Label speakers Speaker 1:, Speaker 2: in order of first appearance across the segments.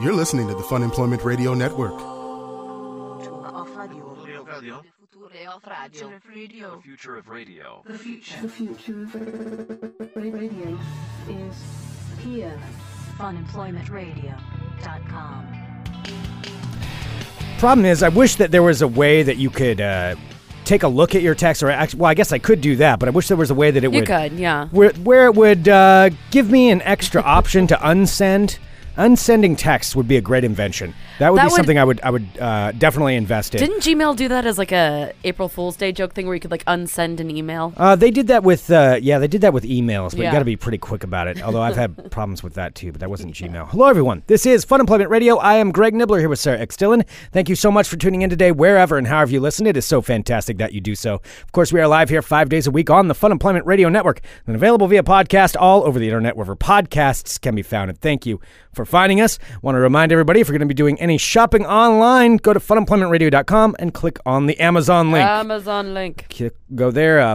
Speaker 1: You're listening to the Fun Employment Radio Network.
Speaker 2: The future of radio.
Speaker 3: The future. The future of radio is here.
Speaker 4: funemploymentradio.com.
Speaker 5: Problem is, I wish that there was a way that you could uh, take a look at your text, or act- well, I guess I could do that, but I wish there was a way that it
Speaker 6: You
Speaker 5: would
Speaker 6: could, yeah.
Speaker 5: where where it would uh, give me an extra option to unsend. Unsending texts would be a great invention. That would
Speaker 6: That
Speaker 5: be
Speaker 6: would-
Speaker 5: something I would I would uh, definitely invest in.
Speaker 6: Didn't Gmail do that as like a April Fool's Day joke thing where you could like unsend an email?
Speaker 5: Uh, they did that with uh, yeah, they did that with emails, but you
Speaker 6: Yeah.
Speaker 5: got to be pretty quick about it. Although I've had problems with that too, but that wasn't Gmail. Hello everyone, this is Fun Employment Radio. I am Greg Nibbler here with Sarah X Dillon. Thank you so much for tuning in today, wherever and however you listen. It is so fantastic that you do so. Of course, we are live here five days a week on the Fun Employment Radio Network and available via podcast all over the internet wherever podcasts can be found. And thank you for finding us. Want to remind everybody if you're going to be doing any shopping online, go to funemploymentradio.com and click on the Amazon link
Speaker 6: Um, Amazon link.
Speaker 5: click- go there, uh,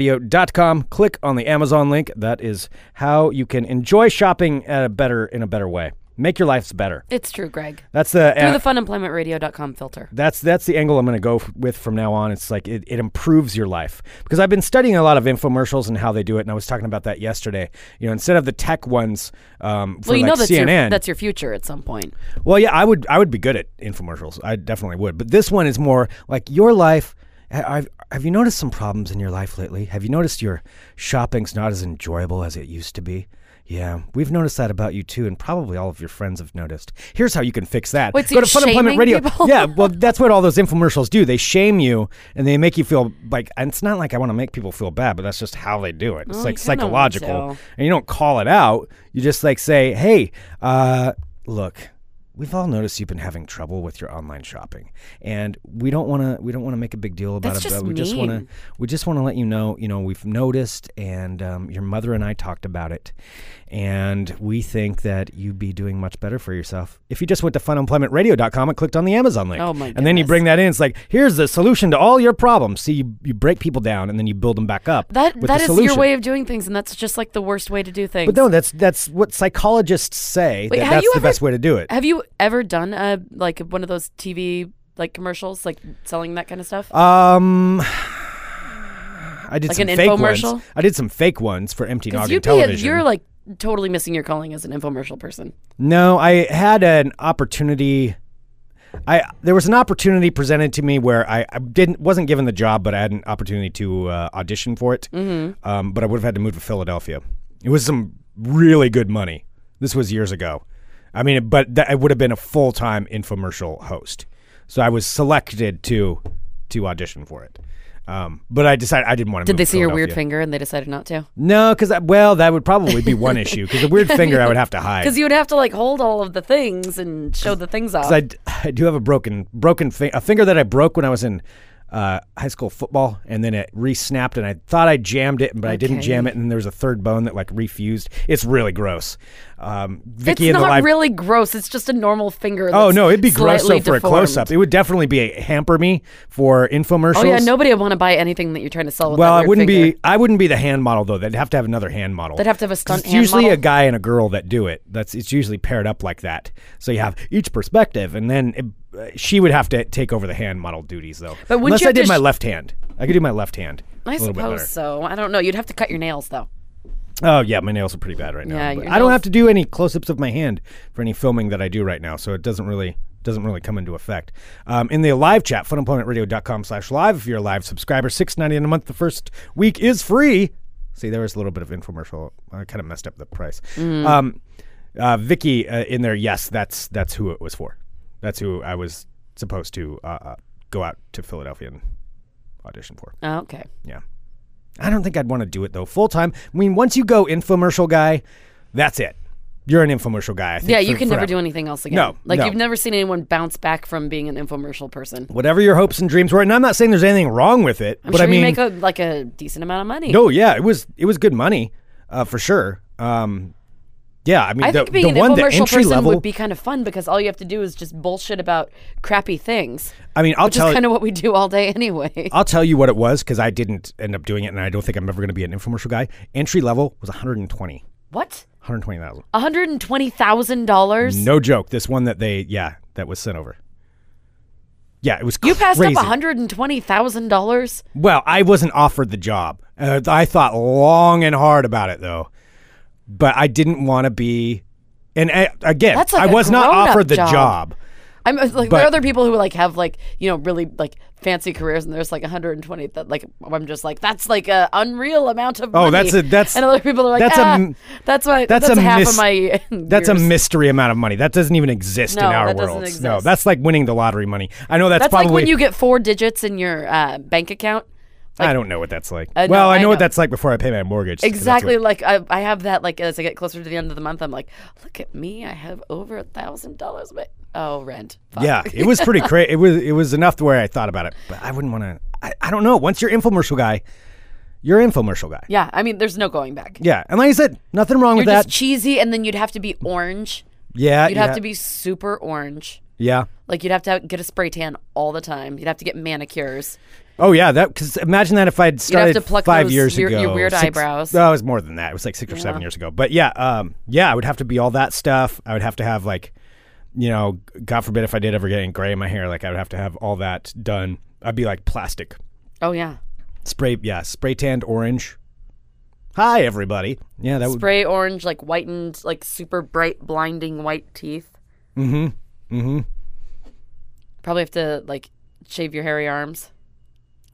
Speaker 5: funemploymentradio.com, click on the Amazon link. That is how you can enjoy shopping at a better in a better way. Make your lives better.
Speaker 6: It's true, Greg.
Speaker 5: That's the,
Speaker 6: Through
Speaker 5: uh,
Speaker 6: the funemploymentradio.com filter.
Speaker 5: that's that's the angle I'm going to go f- with from now on. It's like it, it improves your life because I've been studying a lot of infomercials and how they do it, and I was talking about that yesterday. You know, instead of the tech ones um, for
Speaker 6: Well, you
Speaker 5: like
Speaker 6: know that's
Speaker 5: CNN,
Speaker 6: your that's your future at some point.
Speaker 5: Well, yeah, I would I would be good at infomercials. I definitely would. But this one is more like your life. I- I've, have you noticed some problems in your life lately? Have you noticed your shopping's not as enjoyable as it used to be? Yeah, we've noticed that about you too, and probably all of your friends have noticed. Here's how you can fix that.
Speaker 6: Wait,
Speaker 5: Go
Speaker 6: so you're
Speaker 5: to Fun Employment
Speaker 6: shaming
Speaker 5: Radio.
Speaker 6: people?
Speaker 5: Yeah, well, that's what all those infomercials do. They shame you and they make you feel like. And it's not like I want to make people feel bad, but that's just how they do it. It's
Speaker 6: Well,
Speaker 5: like
Speaker 6: Oh, you kinda want
Speaker 5: psychological
Speaker 6: to.
Speaker 5: and you don't call it out. You just like say, "Hey, uh, look, we've all noticed you've been having trouble with your online shopping, and we don't want to we don't want to make a big deal about
Speaker 6: That's
Speaker 5: it,
Speaker 6: just
Speaker 5: but we just want to
Speaker 6: mean.
Speaker 5: we just want to let you know, you know, we've noticed, and um, your mother and I talked about it, and we think that you'd be doing much better for yourself if you just went to funemploymentradio.com and clicked on the Amazon link.
Speaker 6: Oh, my
Speaker 5: And then you
Speaker 6: goodness.
Speaker 5: bring that in. It's like here's the solution to all your problems. See, you, you break people down, and then you build them back up.
Speaker 6: That
Speaker 5: with
Speaker 6: that
Speaker 5: the
Speaker 6: is your
Speaker 5: solution.
Speaker 6: way of doing things, and that's just like the worst way to do things.
Speaker 5: But no, that's that's what psychologists say.
Speaker 6: Wait,
Speaker 5: that
Speaker 6: have
Speaker 5: that's
Speaker 6: you
Speaker 5: the
Speaker 6: ever-
Speaker 5: best way to do it.
Speaker 6: Have you ever done a like one of those TV like commercials, like selling that kind of stuff?
Speaker 5: Um, I did
Speaker 6: Like
Speaker 5: some
Speaker 6: an
Speaker 5: fake
Speaker 6: infomercial?
Speaker 5: ones. I did some fake ones for empty
Speaker 6: Because
Speaker 5: noggin
Speaker 6: you'd be a,
Speaker 5: television.
Speaker 6: you're like totally missing your calling as an infomercial person.
Speaker 5: no, I had an opportunity. I there was an opportunity presented to me where I, I didn't wasn't given the job, but I had an opportunity to uh, audition for it. Mm-hmm. Um, but I would have had to move to Philadelphia. It was some really good money. This was years ago. I mean, but that, I would have been a full time infomercial host. So I was selected to to audition for it. Um, but I decided I didn't want to.
Speaker 6: Did
Speaker 5: move
Speaker 6: they
Speaker 5: to
Speaker 6: see your weird
Speaker 5: Philadelphia.
Speaker 6: finger and they decided not to?
Speaker 5: No, because well, that would probably be one issue. Because the weird finger, I would have to hide.
Speaker 6: Because you would have to like hold all of the things and show the things off.
Speaker 5: 'Cause I, d- I do have a broken broken fi- a finger that I broke when I was in uh, high school football, and then it re-snapped, and I thought I jammed it, but I didn't jam
Speaker 6: Okay.
Speaker 5: it, and there was a third bone that like refused. It's really gross. Um, Vicky
Speaker 6: it's
Speaker 5: and the
Speaker 6: not
Speaker 5: live.
Speaker 6: really gross. It's just a normal finger.
Speaker 5: Oh
Speaker 6: that's
Speaker 5: no, it'd be gross though
Speaker 6: slightly
Speaker 5: for a
Speaker 6: deformed.
Speaker 5: close up. It would definitely be a hamper me for infomercials.
Speaker 6: Oh yeah, nobody would want to buy anything that you're trying to sell. With
Speaker 5: Well,
Speaker 6: that
Speaker 5: I
Speaker 6: weird
Speaker 5: wouldn't
Speaker 6: finger.
Speaker 5: be. I wouldn't be the hand model though. They'd have to have another hand model.
Speaker 6: They'd have to have a
Speaker 5: 'Cause
Speaker 6: stunt
Speaker 5: It's
Speaker 6: hand
Speaker 5: usually a
Speaker 6: model.
Speaker 5: guy and a girl that do it. That's it's usually paired up like that. So you have each perspective, and then it, uh, she would have to take over the hand model duties though.
Speaker 6: But
Speaker 5: unless
Speaker 6: wouldn't you
Speaker 5: I
Speaker 6: have to
Speaker 5: did my
Speaker 6: sh-
Speaker 5: left hand, I could do my left hand.
Speaker 6: I
Speaker 5: a little bit better.
Speaker 6: suppose so. I don't know. You'd have to cut your nails though.
Speaker 5: Oh yeah, my nails are pretty bad right now.
Speaker 6: Yeah,
Speaker 5: but
Speaker 6: your
Speaker 5: I don't
Speaker 6: nails-
Speaker 5: have to do any close-ups of my hand for any filming that I do right now, so it doesn't really doesn't really come into effect. Um, in the live chat, funemploymentradio.com slash live. If you're a live subscriber, six ninety a month. The first week is free. See, there was a little bit of infomercial. I kind of messed up the price.
Speaker 6: Mm.
Speaker 5: Um, uh, Vicky uh, in there. Yes, that's that's who it was for. That's who I was supposed to uh, uh, go out to Philadelphia and audition for.
Speaker 6: Oh, okay.
Speaker 5: Yeah. I don't think I'd want to do it though full time. I mean, once you go infomercial guy, that's it. You're an infomercial guy. I think,
Speaker 6: Yeah, you
Speaker 5: for-
Speaker 6: can never
Speaker 5: forever.
Speaker 6: do anything else again.
Speaker 5: No,
Speaker 6: like
Speaker 5: no.
Speaker 6: you've never seen anyone bounce back from being an infomercial person.
Speaker 5: Whatever your hopes and dreams were, and I'm not saying there's anything wrong with it,
Speaker 6: I'm
Speaker 5: but
Speaker 6: sure
Speaker 5: I mean,
Speaker 6: you make a, like a decent amount of money.
Speaker 5: no, yeah, it was it was good money uh, for sure. Um, yeah, I mean,
Speaker 6: I
Speaker 5: the,
Speaker 6: think being
Speaker 5: the
Speaker 6: an
Speaker 5: one the
Speaker 6: infomercial
Speaker 5: entry
Speaker 6: person
Speaker 5: level.
Speaker 6: would be kind of fun because all you have to do is just bullshit about crappy things,
Speaker 5: I mean, I'll
Speaker 6: which is
Speaker 5: tell Uh, you.
Speaker 6: kind of what we do all day anyway.
Speaker 5: I'll tell you what it was because I didn't end up doing it, and I don't think I'm ever going to be an infomercial guy. Entry level was 120.
Speaker 6: What?
Speaker 5: One hundred twenty thousand.
Speaker 6: One hundred and twenty thousand dollars.
Speaker 5: No joke. This one that they yeah that was sent over. Yeah, it was.
Speaker 6: You passed
Speaker 5: crazy.
Speaker 6: up one hundred and twenty thousand dollars.
Speaker 5: Well, I wasn't offered the job. Uh, I thought long and hard about it though, but I didn't want to be. And uh, again,
Speaker 6: That's like
Speaker 5: I
Speaker 6: a
Speaker 5: was not
Speaker 6: grown-up
Speaker 5: offered the
Speaker 6: job.
Speaker 5: job.
Speaker 6: I'm like there
Speaker 5: But-
Speaker 6: are other people who like have like you know really like fancy careers and there's like 120 that like I'm just like that's like a unreal amount of money.
Speaker 5: Oh, that's a- that's-
Speaker 6: and other people are like
Speaker 5: that's a
Speaker 6: "Ah,
Speaker 5: m-
Speaker 6: that's my
Speaker 5: that's
Speaker 6: that's,
Speaker 5: a
Speaker 6: half
Speaker 5: mis-
Speaker 6: of my
Speaker 5: That's a
Speaker 6: years."
Speaker 5: mystery amount of money. That doesn't even exist
Speaker 6: No,
Speaker 5: in our
Speaker 6: that doesn't
Speaker 5: world. No,
Speaker 6: exist.
Speaker 5: that's like winning the lottery money. I know that's,
Speaker 6: that's
Speaker 5: probably
Speaker 6: like when you get four digits in your uh, bank account
Speaker 5: I don't know what that's like.
Speaker 6: Uh, no,
Speaker 5: well, I
Speaker 6: I
Speaker 5: know, what
Speaker 6: know.
Speaker 5: that's like before I pay my mortgage. 'cause that's
Speaker 6: exactly
Speaker 5: what-
Speaker 6: like I, I have that like as I get closer to the end of the month I'm like look at me I have over a thousand dollars but oh rent Fuck.
Speaker 5: yeah, it was pretty crazy. It was it was enough to where I thought about it, but I wouldn't want to. I, I don't know. Once you're infomercial guy, you're infomercial guy.
Speaker 6: yeah I mean there's no going back
Speaker 5: Yeah, and like I said, nothing wrong
Speaker 6: you're
Speaker 5: with that.
Speaker 6: just cheesy and then you'd have to be orange
Speaker 5: yeah,
Speaker 6: you'd
Speaker 5: yeah,
Speaker 6: have to be super orange.
Speaker 5: Yeah.
Speaker 6: Like you'd have to get a spray tan all the time. You'd have to get manicures.
Speaker 5: Oh yeah, that because imagine that if I'd started
Speaker 6: to pluck
Speaker 5: five
Speaker 6: those
Speaker 5: years
Speaker 6: weir-
Speaker 5: ago,
Speaker 6: your weird
Speaker 5: six-
Speaker 6: eyebrows.
Speaker 5: No, it was more than that. It was like six or seven years ago. But yeah, um, yeah, I would have to be all that stuff. I would have to have like, you know, God forbid if I did ever get any gray in my hair, like I would have to have all that done. I'd be like plastic
Speaker 6: Oh yeah,
Speaker 5: spray, yeah, spray tanned orange. Hi everybody. Yeah, that would.
Speaker 6: spray orange, like whitened, like super bright, blinding white teeth.
Speaker 5: Mm-hmm. Mm-hmm.
Speaker 6: Probably have to like shave your hairy arms.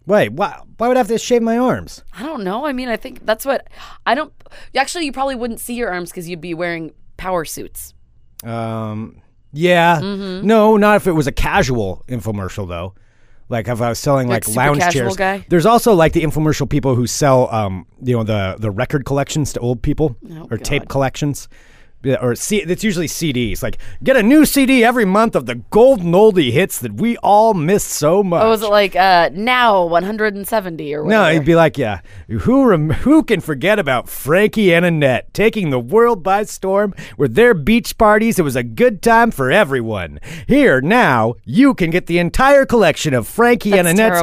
Speaker 5: Wait, why? Why would I have to shave my arms?
Speaker 6: I don't know. I mean, I think that's what I don't. Actually, you probably wouldn't see your arms because you'd be wearing power suits.
Speaker 5: Um, yeah.
Speaker 6: Mm-hmm.
Speaker 5: No, not if it was a casual infomercial though. Like if I was selling like,
Speaker 6: Like super
Speaker 5: lounge
Speaker 6: casual
Speaker 5: chairs.
Speaker 6: guy?
Speaker 5: There's also like the infomercial people who sell um, you know, the the record collections to old people
Speaker 6: Oh,
Speaker 5: or tape collections. Yeah, Or C- it's usually CDs. Like, get a new CD every month of the golden oldie hits that we all miss so much.
Speaker 6: Oh, was it like uh now 170 or
Speaker 5: No,
Speaker 6: whatever?
Speaker 5: he'd be like, yeah, who rem- who can forget about Frankie and Annette taking the world by storm with their beach parties? It was a good time for everyone. Here now, you can get the entire collection of Frankie and
Speaker 6: That's
Speaker 5: Annette's